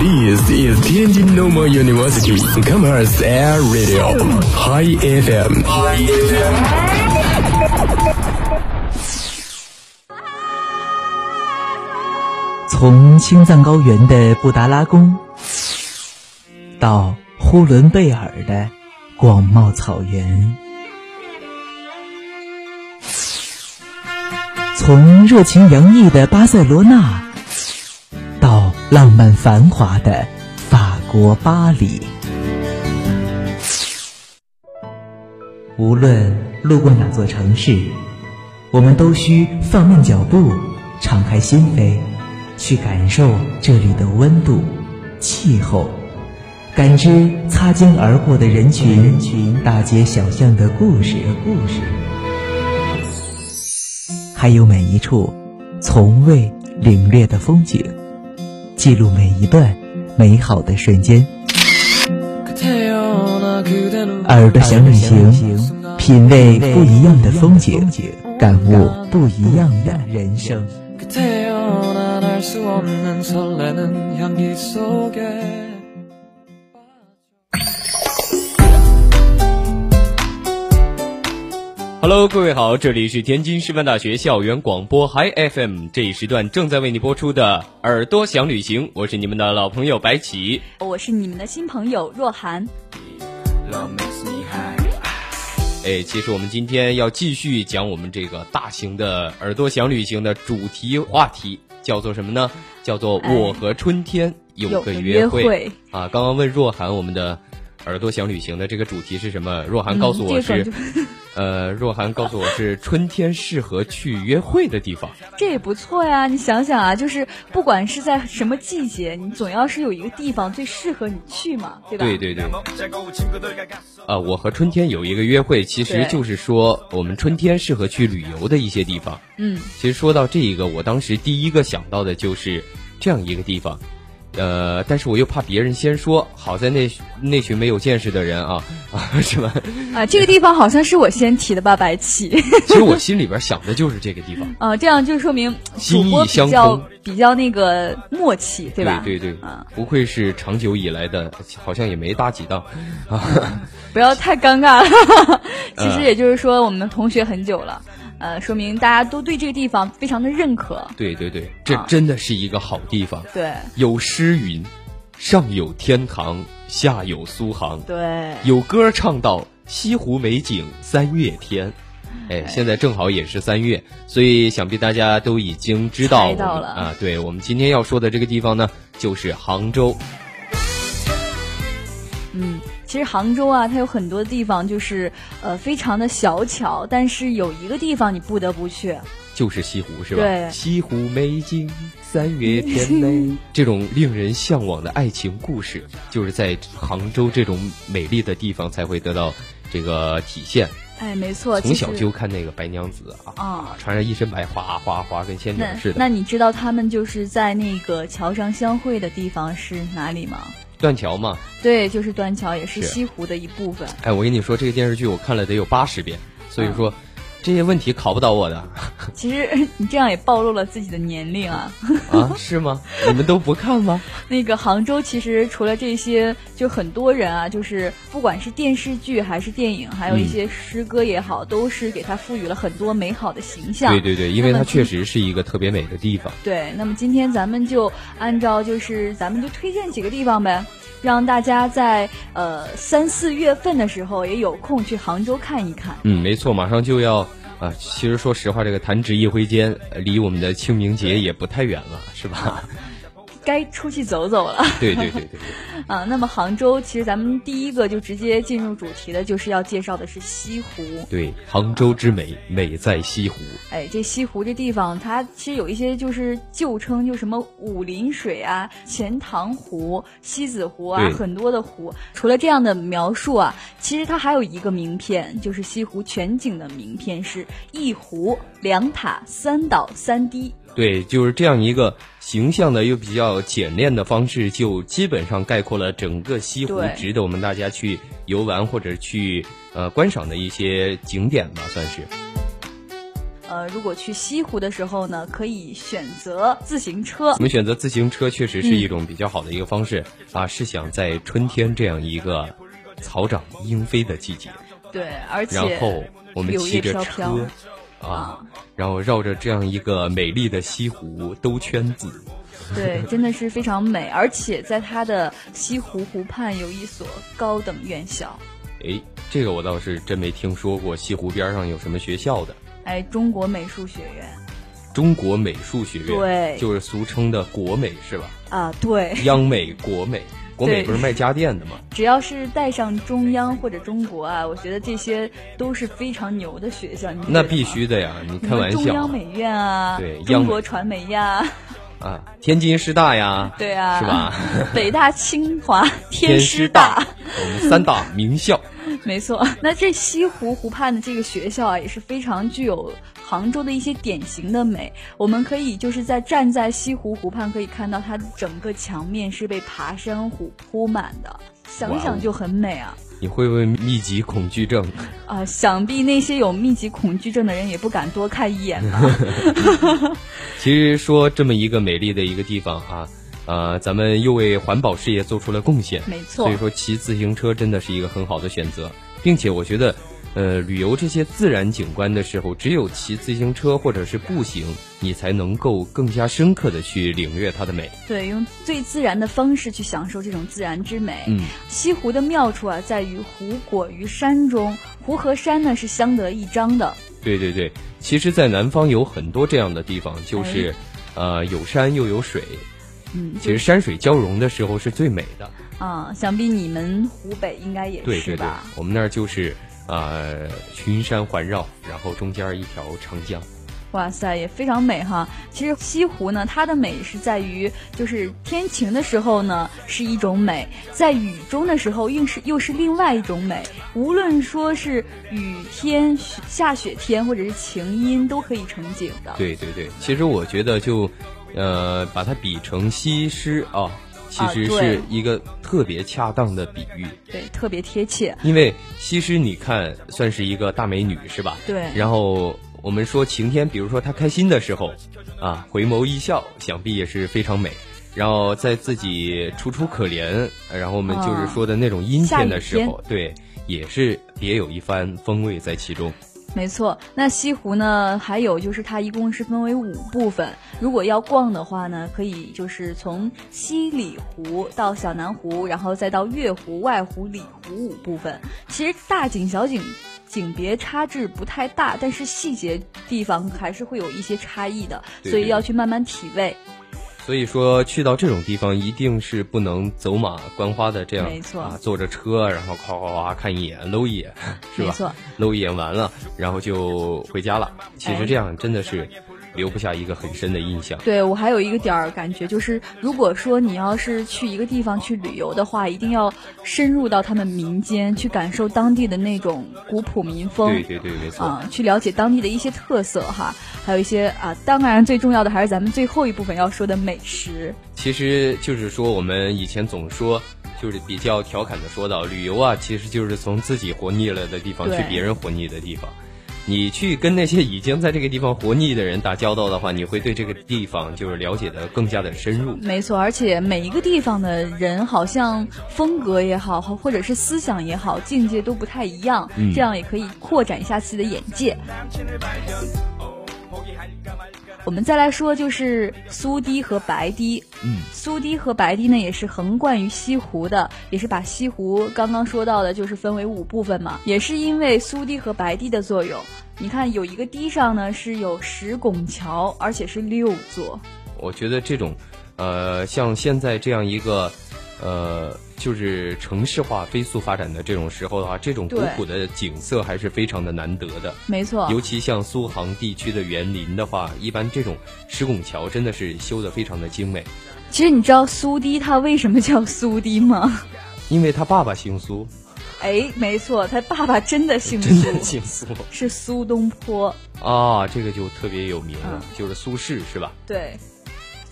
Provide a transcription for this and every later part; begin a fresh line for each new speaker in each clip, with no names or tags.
This is Tianjin Normal University Commerce Air Radio High FM。
从青藏高原的布达拉宫，到呼伦贝尔的广袤草原，从热情洋溢的巴塞罗那，到浪漫繁华的法国巴黎。无论路过哪座城市，我们都需放慢脚步，敞开心扉，去感受这里的温度、气候，感知擦肩而过的人群、人群大街小巷的故事、故事，还有每一处从未领略的风景，记录每一段美好的瞬间。耳朵想旅行，品味不一样的风景，感悟不一样的人生。
태어난 알 수 없는 설레는 향기 속에
哈喽，各位好，这里是天津师范大学校园广播 Hi FM，这一时段正在为你播出的《耳朵想旅行》，我是你们的老朋友白起。
我是你们的新朋友若涵。
哎，其实我们今天要继续讲我们这个大型的《耳朵想旅行》的主题话题，叫做什么呢？叫做“我和春天有个约会”
有哎个约会
啊！刚刚问若涵我们的《耳朵想旅行》的这个主题是什么？若涵告诉我
嗯这
是
个、就
呃，若涵告诉我是春天适合去约会的地方。
这也不错呀，你想想啊，就是不管是在什么季节，你总要是有一个地方最适合你去嘛，对吧？
对
嗯
对对。啊，我和春天有一个约会，其实
对
就是说我们春天适合去旅游的一些地方。
嗯，
其实说到这一个，我当时第一个想到的就是这样一个地方，呃，但是我又怕别人先说，好在那那群没有见识的人啊 啊，是吧？
啊，这个地方好像是我先提的吧，白起。
其实我心里边想的就是这个地方，
啊，这样就说明
心
主
意
播比
相
较
通
比较那个默契， 对吧？
对对对
啊，
不愧是长久以来的，好像也没搭几档啊。
不要太尴尬了。 其实
嗯
也就是说，我们同学很久了，呃，说明大家都对这个地方非常的认可。
对对对，这
啊
真的是一个好地方。
对
有诗云：“上有天堂，下有苏杭。
对”
有歌唱到：“西湖美景三月天。”哎，现在正好也是三月，所以想必大家都已经知道
猜到
我们
了
啊。对我们今天要说的这个地方呢，就是杭州。
嗯，其实杭州啊，它有很多地方就是呃非常的小巧，但是有一个地方你不得不去，
就是西湖是吧？
对
西湖美景三 月天嘞，这种令人向往的爱情故事，就是在杭州这种美丽的地方才会得到这个体现。
哎，没错，
从
其实
小就看那个白娘子啊，
啊。
穿着一身白，哗哗哗，跟仙女
那
似的。
那你知道他们就是在那个桥上相会的地方是哪里吗？
断桥嘛，
对，就是断桥，也是
是
西湖的一部分。
哎，我跟你说，这个电视剧我看了得有八十遍，所以说、
嗯
这些问题考不倒我的
其实你这样也暴露了自己的年龄啊。
啊，是吗？你们都不看吗？
那个杭州其实除了这些，就很多人啊，就是不管是电视剧还是电影，还有一
嗯
些诗歌也好，都是给它赋予了很多美好的形象。
对对对，因为它
那么
确实是一个特别美的地方。
对，那么今天咱们就按照就是咱们就推荐几个地方呗，让大家在呃三四月份的时候也有空去杭州看一看。
嗯，没错，马上就要啊。其实说实话，这个弹指一挥间，呃离我们的清明节也不太远了，是吧？
该出去走走了
对对对对对。
啊！那么杭州，其实咱们第一个就直接进入主题的，就是要介绍的是西湖。
对，杭州之美，美在西湖。
哎，这西湖这地方，它其实有一些就是旧称，就什么武林水啊、钱塘湖、西子湖啊，
对
很多的湖。除了这样的描述啊，其实它还有一个名片，就是西湖全景的名片是一湖两塔三岛三堤。
对，就是这样一个形象的又比较简练的方式，就基本上概括了整个西湖
对
值得我们大家去游玩或者去呃观赏的一些景点吧，算是。
呃，如果去西湖的时候呢，可以选择自行车
我。们选择自行车确实是
嗯
一种比较好的一个方式、啊，是想在春天这样一个草长莺飞的季节，
对，而且
然后我们
柳
骑
叶
着
飘
车
飘。
啊，然后绕着这样一个美丽的西湖兜圈子，
对，真的是非常美，而且在它的西湖湖畔有一所高等院校。
哎，这个我倒是真没听说过，西湖边上有什么学校的？
哎，中国美术学院
中国美术学院，
对
就是俗称的国美是吧？
啊，对，
央美、国美，国美
对
不是卖家电的吗？
只要是带上中央或者中国啊，我觉得这些都是非常牛的学校。你不觉
那
得
必
吗
须的呀，你
什
开
么
玩
中央
笑
美院啊，
对央
中
美
国传媒呀、
啊！天津师大呀，
对啊，
是吧？？
北大、清华、
天
师
师大，我们三大名校。
没错。那这西湖湖畔的这个学校啊，也是非常具有杭州的一些典型的美。我们可以就是在站在西湖湖畔，可以看到它整个墙面是被爬山虎铺满的，
哇
想
哦
想就很美啊。
你会不会密集恐惧症？
啊、想必那些有密集恐惧症的人也不敢多看一眼吧。
其实说这么一个美丽的一个地方啊，呃，咱们又为环保事业做出了贡献，
没错
所以说骑自行车真的是一个很好的选择，并且我觉得，呃，旅游这些自然景观的时候，只有骑自行车或者是步行，你才能够更加深刻的去领略它的美。
对，用最自然的方式去享受这种自然之美。
嗯，
西湖的妙处啊，在于湖果于山中，湖和山呢是相得益彰的。
对对对，其实，在南方有很多这样的地方，
哎
就是，呃，有山又有水，
嗯，
其实山水交融的时候是最美的。
啊、想必你们湖北应该也
对
是
对对
吧？，
我们那儿就是呃群山环绕，然后中间一条长江。
哇塞，也非常美哈。其实西湖呢，它的美是在于，就是天晴的时候呢是一种美，在雨中的时候又是又是另外一种美。无论说是雨天、雪下雪天，或者是晴阴，都可以成景的。
对对对，其实我觉得就呃把它比成西施啊，其
啊
实
对
是一个特别恰当的比喻。
对，特别贴切。
因为西施，你看算是一个大美女是吧？
对
然后我们说晴天，比如说她开心的时候，啊，回眸一笑，想必也是非常美。然后在自己楚楚可怜，然后我们
啊
就是说的那种阴天的时候，对，也是别有一番风味在其中。
没错，那西湖呢，还有就是它一共是分为五部分。如果要逛的话呢，可以就是从西里湖到小南湖，然后再到月湖、外湖、里湖五部分。其实大景小景景别差距不太大，但是细节地方还是会有一些差异的，
对
所以
对
要去慢慢体味。
所以说，去到这种地方，一定是不能走马观花的这样，
没错
啊，坐着车，然后夸夸夸看一眼，搂一眼，是吧？
没错，
搂一眼完了，然后就回家了。其实这样真的是留不下一个很深的印象。
对我还有一个点儿感觉，就是如果说你要是去一个地方去旅游的话，一定要深入到他们民间，去感受当地的那种古朴民风。
对对对，没错。
哦啊、去了解当地的一些特色哈，还有一些啊，当然最重要的还是咱们最后一部分要说的美食。
其实就是说，我们以前总说，就是比较调侃的说到，旅游啊，其实就是从自己活腻了的地方
对
去别人活腻的地方。你去跟那些已经在这个地方活腻的人打交道的话，你会对这个地方就是了解的更加的深入。
没错，而且每一个地方的人好像风格也好，或者是思想也好，境界都不太一样，这样也可以扩展一下自己的眼界。我们再来说，就是苏堤和白堤。
嗯，
苏堤和白堤呢，也是横贯于西湖的，也是把西湖刚刚说到的，就是分为五部分嘛。也是因为苏堤和白堤的作用，你看有一个堤上呢是有十拱桥，而且是六座。
我觉得这种，呃，像现在这样一个，呃，就是城市化飞速发展的这种时候的话，这种古
对啊
朴的景色还是非常的难得的。
没错，
尤其像苏杭地区的园林的话，一般这种石拱桥真的是修得非常的精美，
其实你知道苏堤它为什么叫苏堤吗？
因为他爸爸姓苏，
哎，没错，他爸爸真的 姓
真
苏，
的姓苏
是苏东坡。
啊，这个就特别有名
嗯
了，就是苏轼是吧？
对，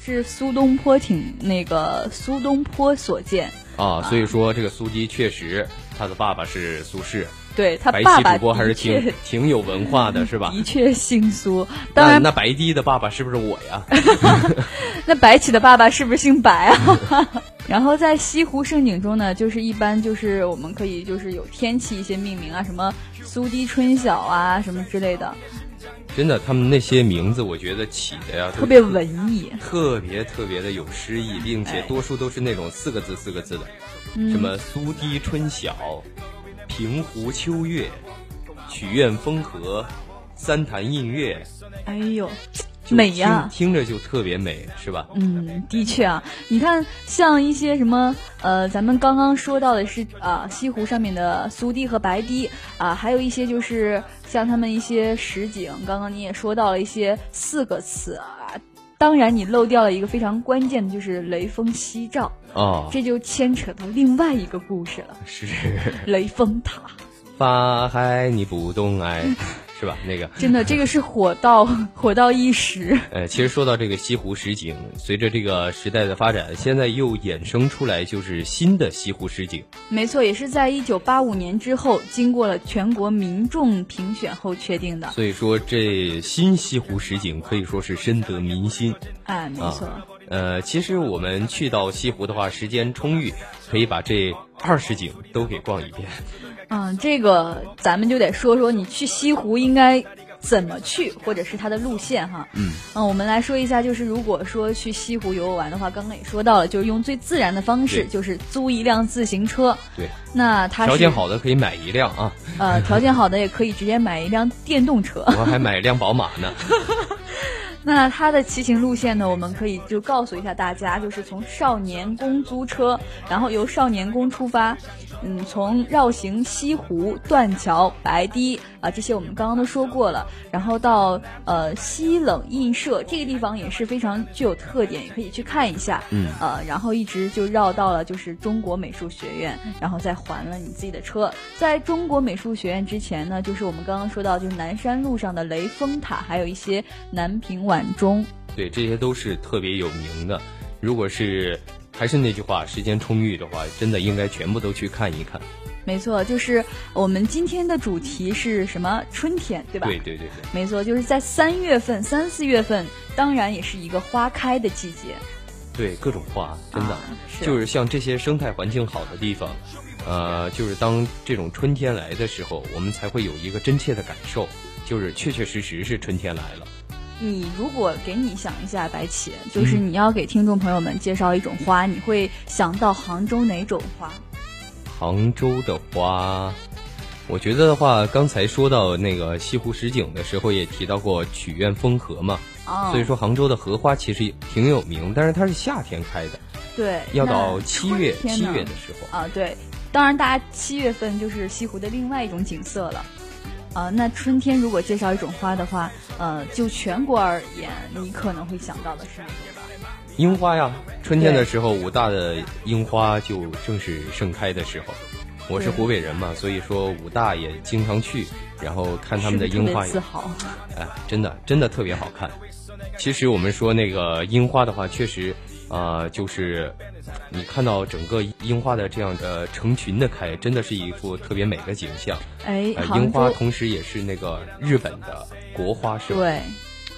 是苏东坡挺那个苏东坡所建。啊
啊，所以说这个苏堤确实他的爸爸是苏轼，
对他
白
爸
皙
爸
主播还是
的确
挺挺有文化的，是吧？
的确姓苏，当
那
然
那白帝的爸爸是不是我 呀？
那白起的爸爸是不是姓白 啊？然后在西湖盛景中呢，就是一般就是我们可以就是有天气一些命名啊，什么苏堤春晓啊，什么之类的，
真的，他们那些名字我觉得起的呀，
特别哎文艺。
特别特别的有诗意，并且多数都是那种四个字四个字的，什
嗯
么苏堤春晓、平湖秋月、曲院风荷、三潭印月，
哎呦，
就
美呀、
听听着就特别美，是吧？
嗯，的确啊，你看像一些什么呃，咱们刚刚说到的是啊、西湖上面的苏堤和白堤啊、还有一些就是像他们一些实景，刚刚你也说到了一些四个词啊。当然，你漏掉了一个非常关键的，就是雷锋夕照，
哦，
这就牵扯到另外一个故事了
是
—— 雷峰塔。
发嗨你不动哎，是吧？那个。
真的，这个是火到火到一时。
呃，其实说到这个西湖十景，随着这个时代的发展，现在又衍生出来就是新的西湖十景。
没错，也是在一九八五年之后，经过了全国民众评选后确定的。
所以说，这新西湖十景可以说是深得民心
哎，没错，
啊。呃，其实我们去到西湖的话，时间充裕，可以把这二十景都给逛一遍。
嗯，这个咱们就得说说你去西湖应该怎么去，或者是它的路线哈。嗯，我们来说一下，就是如果说去西湖游玩的话，刚刚也说到了，就是用最自然的方式，
对
就是租一辆自行车。
对，
那它
条
是
件好的可以买一辆啊，
呃，条件好的也可以直接买一辆电动车。
我还买一辆宝马呢。
那它的骑行路线呢，我们可以就告诉一下大家，就是从少年宫租车，然后由少年宫出发，嗯，从绕行西湖、断桥、白堤啊这些我们刚刚都说过了，然后到呃西冷印社这个地方也是非常具有特点，也可以去看一下，嗯，呃，然后一直就绕到了就是中国美术学院，然后再还了你自己的车。在中国美术学院之前呢，就是我们刚刚说到就是南山路上的雷峰塔，还有一些南屏晚钟，
对，这些都是特别有名的。如果是还是那句话，时间充裕的话，真的应该全部都去看一看。
没错，就是我们今天的主题是什么？春天，对吧？
对对对对。
没错，就是在三月份、三四月份，当然也是一个花开的季节。
对各种花，真的、
啊是
嗯就是像这些生态环境好的地方，呃，就是当这种春天来的时候，我们才会有一个真切的感受，就是确确实实是春天来了。
你如果给你想一下，白起，
嗯
就是你要给听众朋友们介绍一种花，你会想到杭州哪种花？
杭州的花，我觉得的话，刚才说到那个西湖十景的时候，也提到过曲苑风荷嘛，
啊、
所以说杭州的荷花其实也挺有名，但是它是夏天开的，
对，
要
那
到七月
春
七
天呢
月的时候。
啊，对，当然大家七月份就是西湖的另外一种景色了。啊，那春天如果介绍一种花的话，呃，就全国而言，你可能会想到的是哪种花？
樱花呀，春天的时候，武大的樱花就正是盛开的时候。我是
对
湖北人嘛，所以说武大也经常去，然后看他们的
是不是
樱
特
花
别
也
自，豪。
哎，真的真的特别好看。其实我们说那个樱花的话，确实，啊，就是你看到整个樱花的这样的成群的开，真的是一幅特别美的景象。
哎，
呃，樱
杭
花
州，
同时也是那个日本的国花，是吧？
对，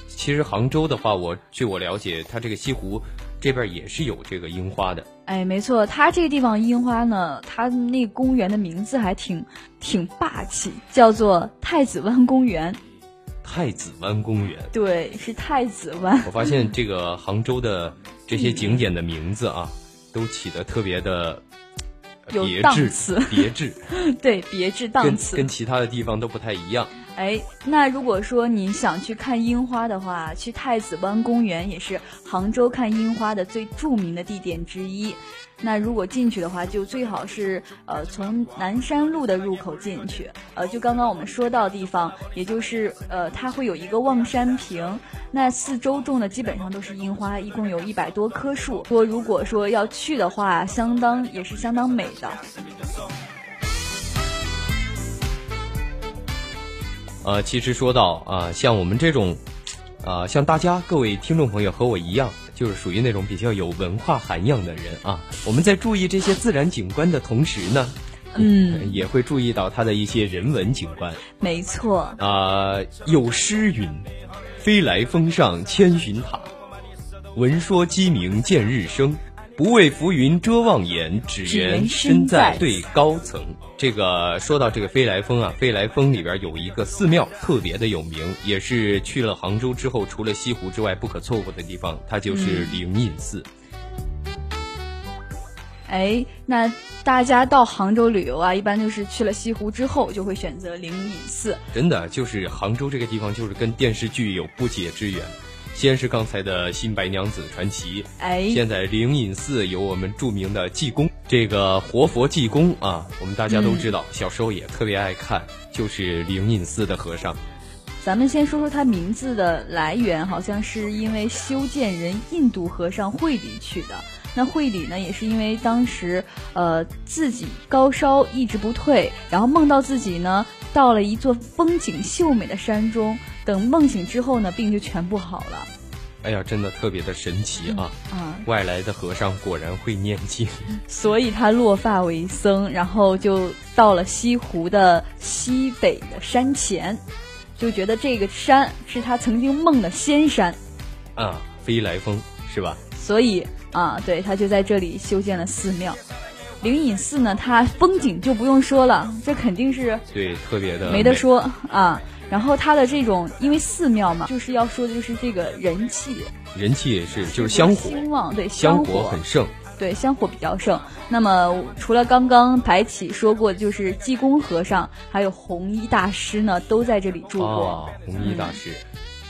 其实杭州的话，我据我了解，它这个西湖这边也是有这个樱花的。
哎，没错，它这个地方樱花呢，它那公园的名字还挺挺霸气，叫做太子湾公园。
太子湾公园。
对，是太子湾。
我发现这个杭州的这些景点的名字啊，都起的特别的呃
有
别
档
致
次，
别 致，
对，别致档
跟
次
跟其他的地方都不太一样。
哎，那如果说你想去看樱花的话，去太子湾公园也是杭州看樱花的最著名的地点之一。那如果进去的话，就最好是呃从南山路的入口进去，呃就刚刚我们说到的地方，也就是呃它会有一个望山坪，那四周种的基本上都是樱花，一共有一百多棵树。说如果说要去的话，相当也是相当美的。
呃，其实说到啊、像我们这种，啊、像大家各位听众朋友和我一样，就是属于那种比较有文化涵养的人啊。我们在注意这些自然景观的同时呢，
嗯，
也会注意到它的一些人文景观
没错，
啊、有诗云：“飞来峰上千寻塔，闻说鸡鸣见日升。不为浮云遮望眼，只
只
缘
缘
身
身
在
在
对高层。”这个说到这个飞来峰啊，飞来峰里边有一个寺庙特别的有名，也是去了杭州之后，除了西湖之外不可错过的地方，它就是
嗯
灵隐寺。
哎，那大家到杭州旅游啊，一般就是去了西湖之后就会选择灵隐寺。
真的就是杭州这个地方，就是跟电视剧有不解之缘。先是刚才的《新白娘子传奇》，
哎，
现在灵隐寺有我们著名的济公，这个活佛济公啊，我们大家都知道，
嗯
小时候也特别爱看，就是灵隐寺的和尚。
咱们先说说它名字的来源，好像是因为修建人印度和尚慧理取的。那慧理呢，也是因为当时呃自己高烧一直不退，然后梦到自己呢到了一座风景秀美的山中，等梦醒之后呢，病就全部好了
哎呀，真的特别的神奇啊！
啊、
外来的和尚果然会念经。
所以他落发为僧，然后就到了西湖的西北的山前，就觉得这个山是他曾经梦的仙山。
啊，飞来峰是吧？
所以啊，对他就在这里修建了寺庙。灵隐寺呢，它风景就不用说了，这肯定是
对，特别的
没得
美。
说啊。然后它的这种，因为寺庙嘛，就是要说的就是这个人气，
人气也是，就是香火，
兴旺，对
香
火
火很盛。
对，香火比较盛。那么除了刚刚白起说过，就是济公和尚，还有弘一大师呢，都在这里住过。
啊，弘一大师。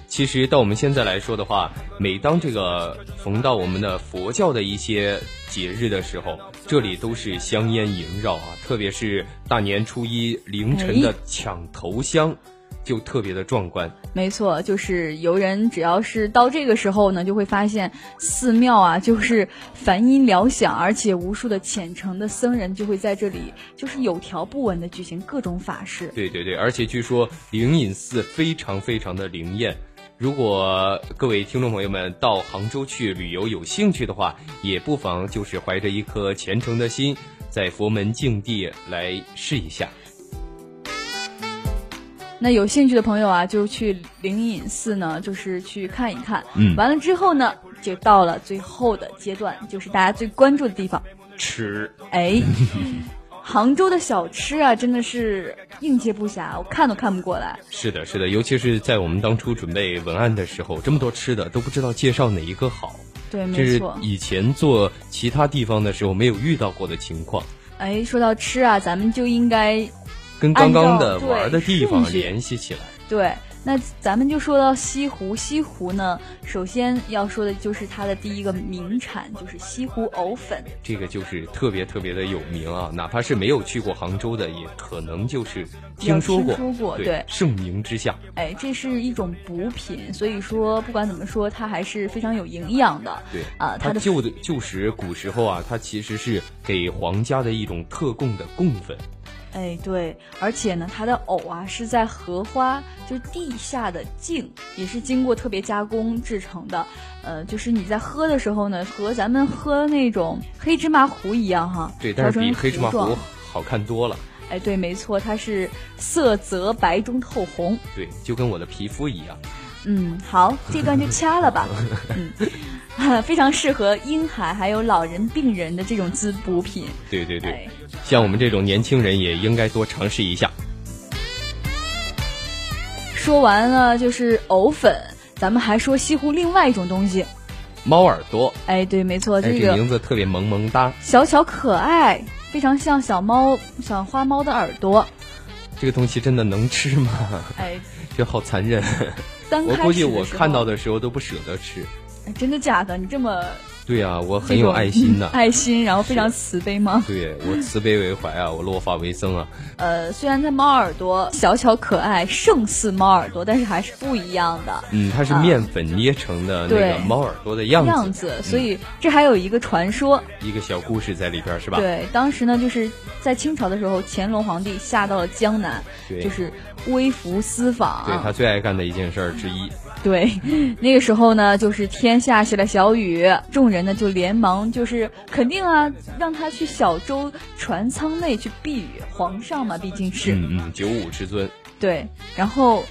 其实到我们现在来说的话，每当这个逢到我们的佛教的一些节日的时候，这里都是香烟萦绕啊，特别是大年初一凌晨的
哎
抢头香，就特别的壮观。
没错，就是游人只要是到这个时候呢，就会发现寺庙啊，就是梵音缭响，而且无数的虔诚的僧人就会在这里，就是有条不紊的举行各种法事。
对对对，而且据说灵隐寺非常非常的灵验。如果各位听众朋友们到杭州去旅游有兴趣的话，也不妨就是怀着一颗虔诚的心，在佛门净地来试一下。
那有兴趣的朋友啊，就去灵隐寺呢，就是去看一看。
嗯
完了之后呢，就到了最后的阶段，就是大家最关注的地方。
吃。
哎，杭州的小吃啊，真的是应接不暇，我看都看不过来。
是的，是的，尤其是在我们当初准备文案的时候，这么多吃的都不知道介绍哪一个好，
对，
这
没
是
错。
以前做其他地方的时候没有遇到过的情况，
哎，说到吃啊，咱们就应该
跟刚刚的
按照对
玩的地方
顺序
联系起来。
对。那咱们就说到西湖，西湖呢，首先要说的就是它的第一个名产，就是西湖藕粉。
这个就是特别特别的有名啊，哪怕是没有去过杭州的，也可能就是听说过，
有听说过
对
对，
盛名之下，
哎，这是一种补品，所以说不管怎么说，它还是非常有营养的。
对
啊它
它
的
旧的旧时古时候啊，它其实是给皇家的一种特供的供粉，
哎，对，而且呢，它的藕啊是在荷花，就是地下的茎，也是经过特别加工制成的。呃，就是你在喝的时候呢，和咱们喝那种黑芝麻糊一样哈，
对，
调
但是
成
比黑芝麻
状
糊好看多了。
哎，对，没错，它是色泽白中透红。
对，就跟我的皮肤一样。
嗯，好，这段就掐了 吧。嗯，非常适合婴孩还有老人、病人的这种滋补品。
对对对
哎，
像我们这种年轻人也应该多尝试一下。
说完了就是藕粉，咱们还说西湖另外一种东西。
猫耳朵，
哎，对，没错，
哎，
这
这
个
名字特别萌萌哒。
小巧可爱，非常像小猫、小花猫的耳 朵。
这个东西真的能吃吗？
哎，
这好残忍。
刚
我
开始
估计我
的时候
看到的时候都不舍得吃。
哎真的假的？你这么
对啊，我很有爱心呐、
爱心，然后非常慈悲吗？
对我慈悲为怀啊，我落发为僧啊。
呃，虽然它猫耳朵小巧可爱，胜似猫耳朵，但是还是不一样的。
嗯，它是
啊
面粉捏成的那个
对
猫耳朵的样子，嗯
样子，所以这还有一个传说。
一个小故事在里边是吧？
对，当时呢，就是在清朝的时候，乾隆皇帝下到了江南，
对
就是啊微服私访。
对，他最爱干的一件事儿之一。
对，那个时候呢，就是天下起了小雨，众人呢就连忙就是肯定啊，让他去小舟船舱内去避雨，皇上嘛，毕竟是、
嗯嗯，九五至尊，
对，然后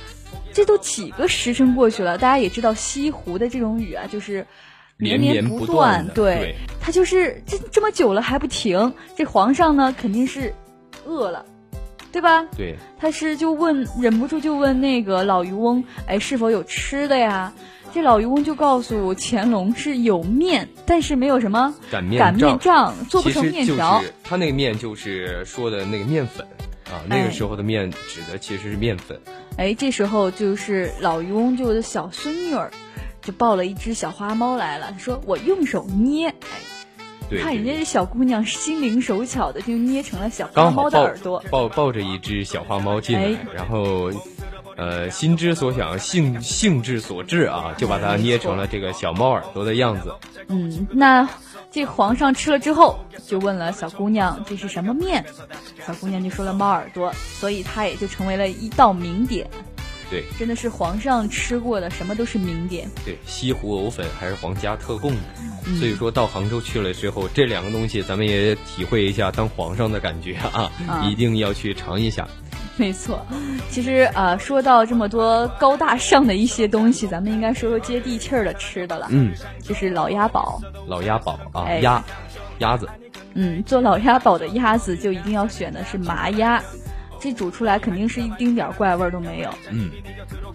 这都几个时辰过去了，大家也知道西湖的这种雨啊，就是。
连
绵
绵不
不断
断，的对
他就是这这么久了还不停，这皇上呢肯定是饿了，对吧？
对，
他是就问，忍不住就问那个老渔翁，哎，是否有吃的呀？这老渔翁就告诉乾隆是有面，但是没有什么
擀面
擀面
杖
杖，做不
其
成
实
面
就
条。
是他那个面就是说的那个面粉啊，那
哎
个时候的面指的其实是面粉，
哎，这时候就是老渔翁就有的小孙女儿，就抱了一只小花猫来了，他说我用手捏，哎，
对，
看
对
人家
对
这小姑娘心灵手巧的，就捏成了小花
刚
猫
好
的
抱
耳朵。
抱抱着一只小花猫进来
哎，
然后。呃，心之所想，性性质所致啊，就把它捏成了这个小猫耳朵的样子。
嗯，那这皇上吃了之后，就问了小姑娘这是什么面，小姑娘就说了猫耳朵，所以它也就成为了一道名点。
对
真的是皇上吃过的，什么都是名点。
对，西湖藕粉还是皇家特供的，
嗯
所以说到杭州去了之后，这两个东西咱们也体会一下当皇上的感觉啊，
啊
一定要去尝一下。
没错，其实啊、呃说到这么多高大上的一些东西，咱们应该说说接地气儿的吃的了。
嗯，
就是老鸭煲，
老鸭煲啊，
哎
鸭，鸭子，
嗯，做老鸭煲的鸭子就一定要选的是麻鸭，这煮出来肯定是一丁点儿怪味儿都没有。
嗯，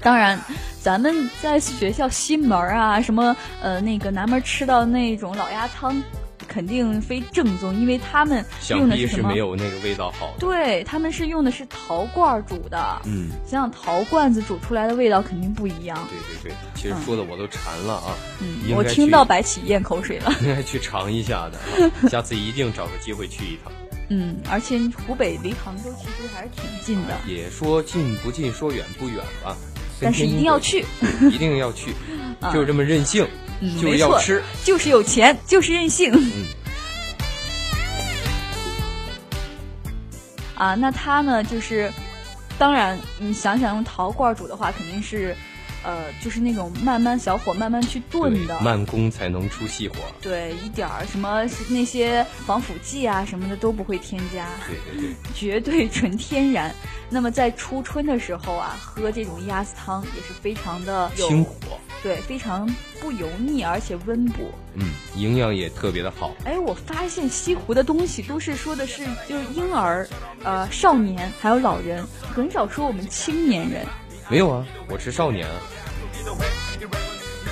当然，咱们在学校西门儿啊，什么呃那个南门儿吃到那种老鸭汤，肯定非正宗，因为他们
想
用的
必
什
是
么
没？有那个味道好的。
对，他们是用的是陶罐儿煮的。
嗯，
想想陶罐子煮出来的味道肯定不一样。
对对对，其实
嗯
说的我都馋了啊，
嗯，
应
我
该
听
去
到白起咽口水了。
应该去尝一下的啊，下次一定找个机会去一趟。
嗯，而且湖北离杭州其实还是挺近的，
也说近不近，说远不远吧，
但是一定要 去。
跟天津比，一定要 去，就是这么任性，
嗯，
就是
没
要
错
吃。，
就是有钱，就是任性。
嗯
啊，那它呢，就是，当然，你想想用陶罐煮的话，肯定是，呃，就是那种慢慢小火慢慢去炖
对
的，，
慢工才能出细活。
对，一点儿什么是那些防腐剂啊什么的都不会添加，
对对对，
绝对纯天然。那么在初春的时候啊，喝这种鸭子汤也是非常的有
清火，
对，非常不油腻，而且温补。
嗯，营养也特别的好。
哎，我发现西湖的东西都是说的是就是婴儿、呃少年还有老人，很少说我们青年人。
没有啊，我是少年啊。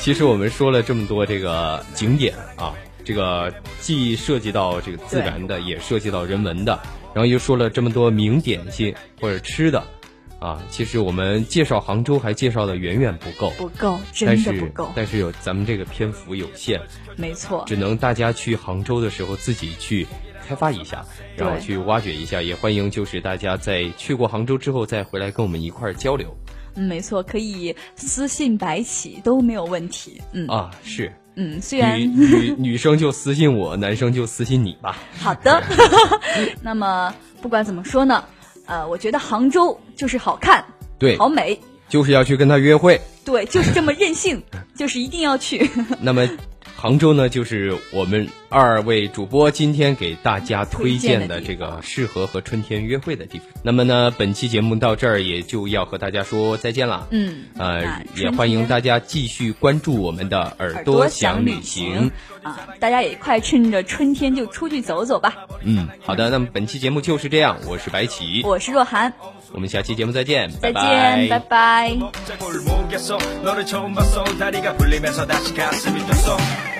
其实我们说了这么多这个景点啊，这个既涉及到这个自然的，也涉及到人文的，然后又说了这么多名点心或者吃的，啊，其实我们介绍杭州还介绍的远远不够，
不够，真
但
的不
是
够，
但是有咱们这个篇幅有限，
没错。
只能大家去杭州的时候自己去开发一下，然后
对
去挖掘一下，也欢迎就是大家在去过杭州之后再回来跟我们一块儿交流
嗯，没错，可以私信白起都没有问题。嗯、
啊，是。
嗯，虽然
女女女生就私信我， 男生就私信你吧。
好的， 那么不管怎么说呢，呃，我觉得杭州就是好看，
对
好美，
就是要去跟他约会。
对，就是这么任性，就是一定要去。
那么，杭州呢，就是我们二位主播今天给大家推荐的这个适合和春天约会的地方。那么呢，本期节目到这儿也就要和大家说再见了。
嗯，
呃
那，
也欢迎大家继续关注我们的耳朵想旅行。
啊，大家也快趁着春天就出去走走吧。
嗯，好的，那么本期节目就是这样，我是白起，
我是若涵，
我们下期节目再见，
再见，
拜
拜拜
제 골목에서 너를 처음 봤어 다리가 풀리면서 다시 가슴이 뛰었어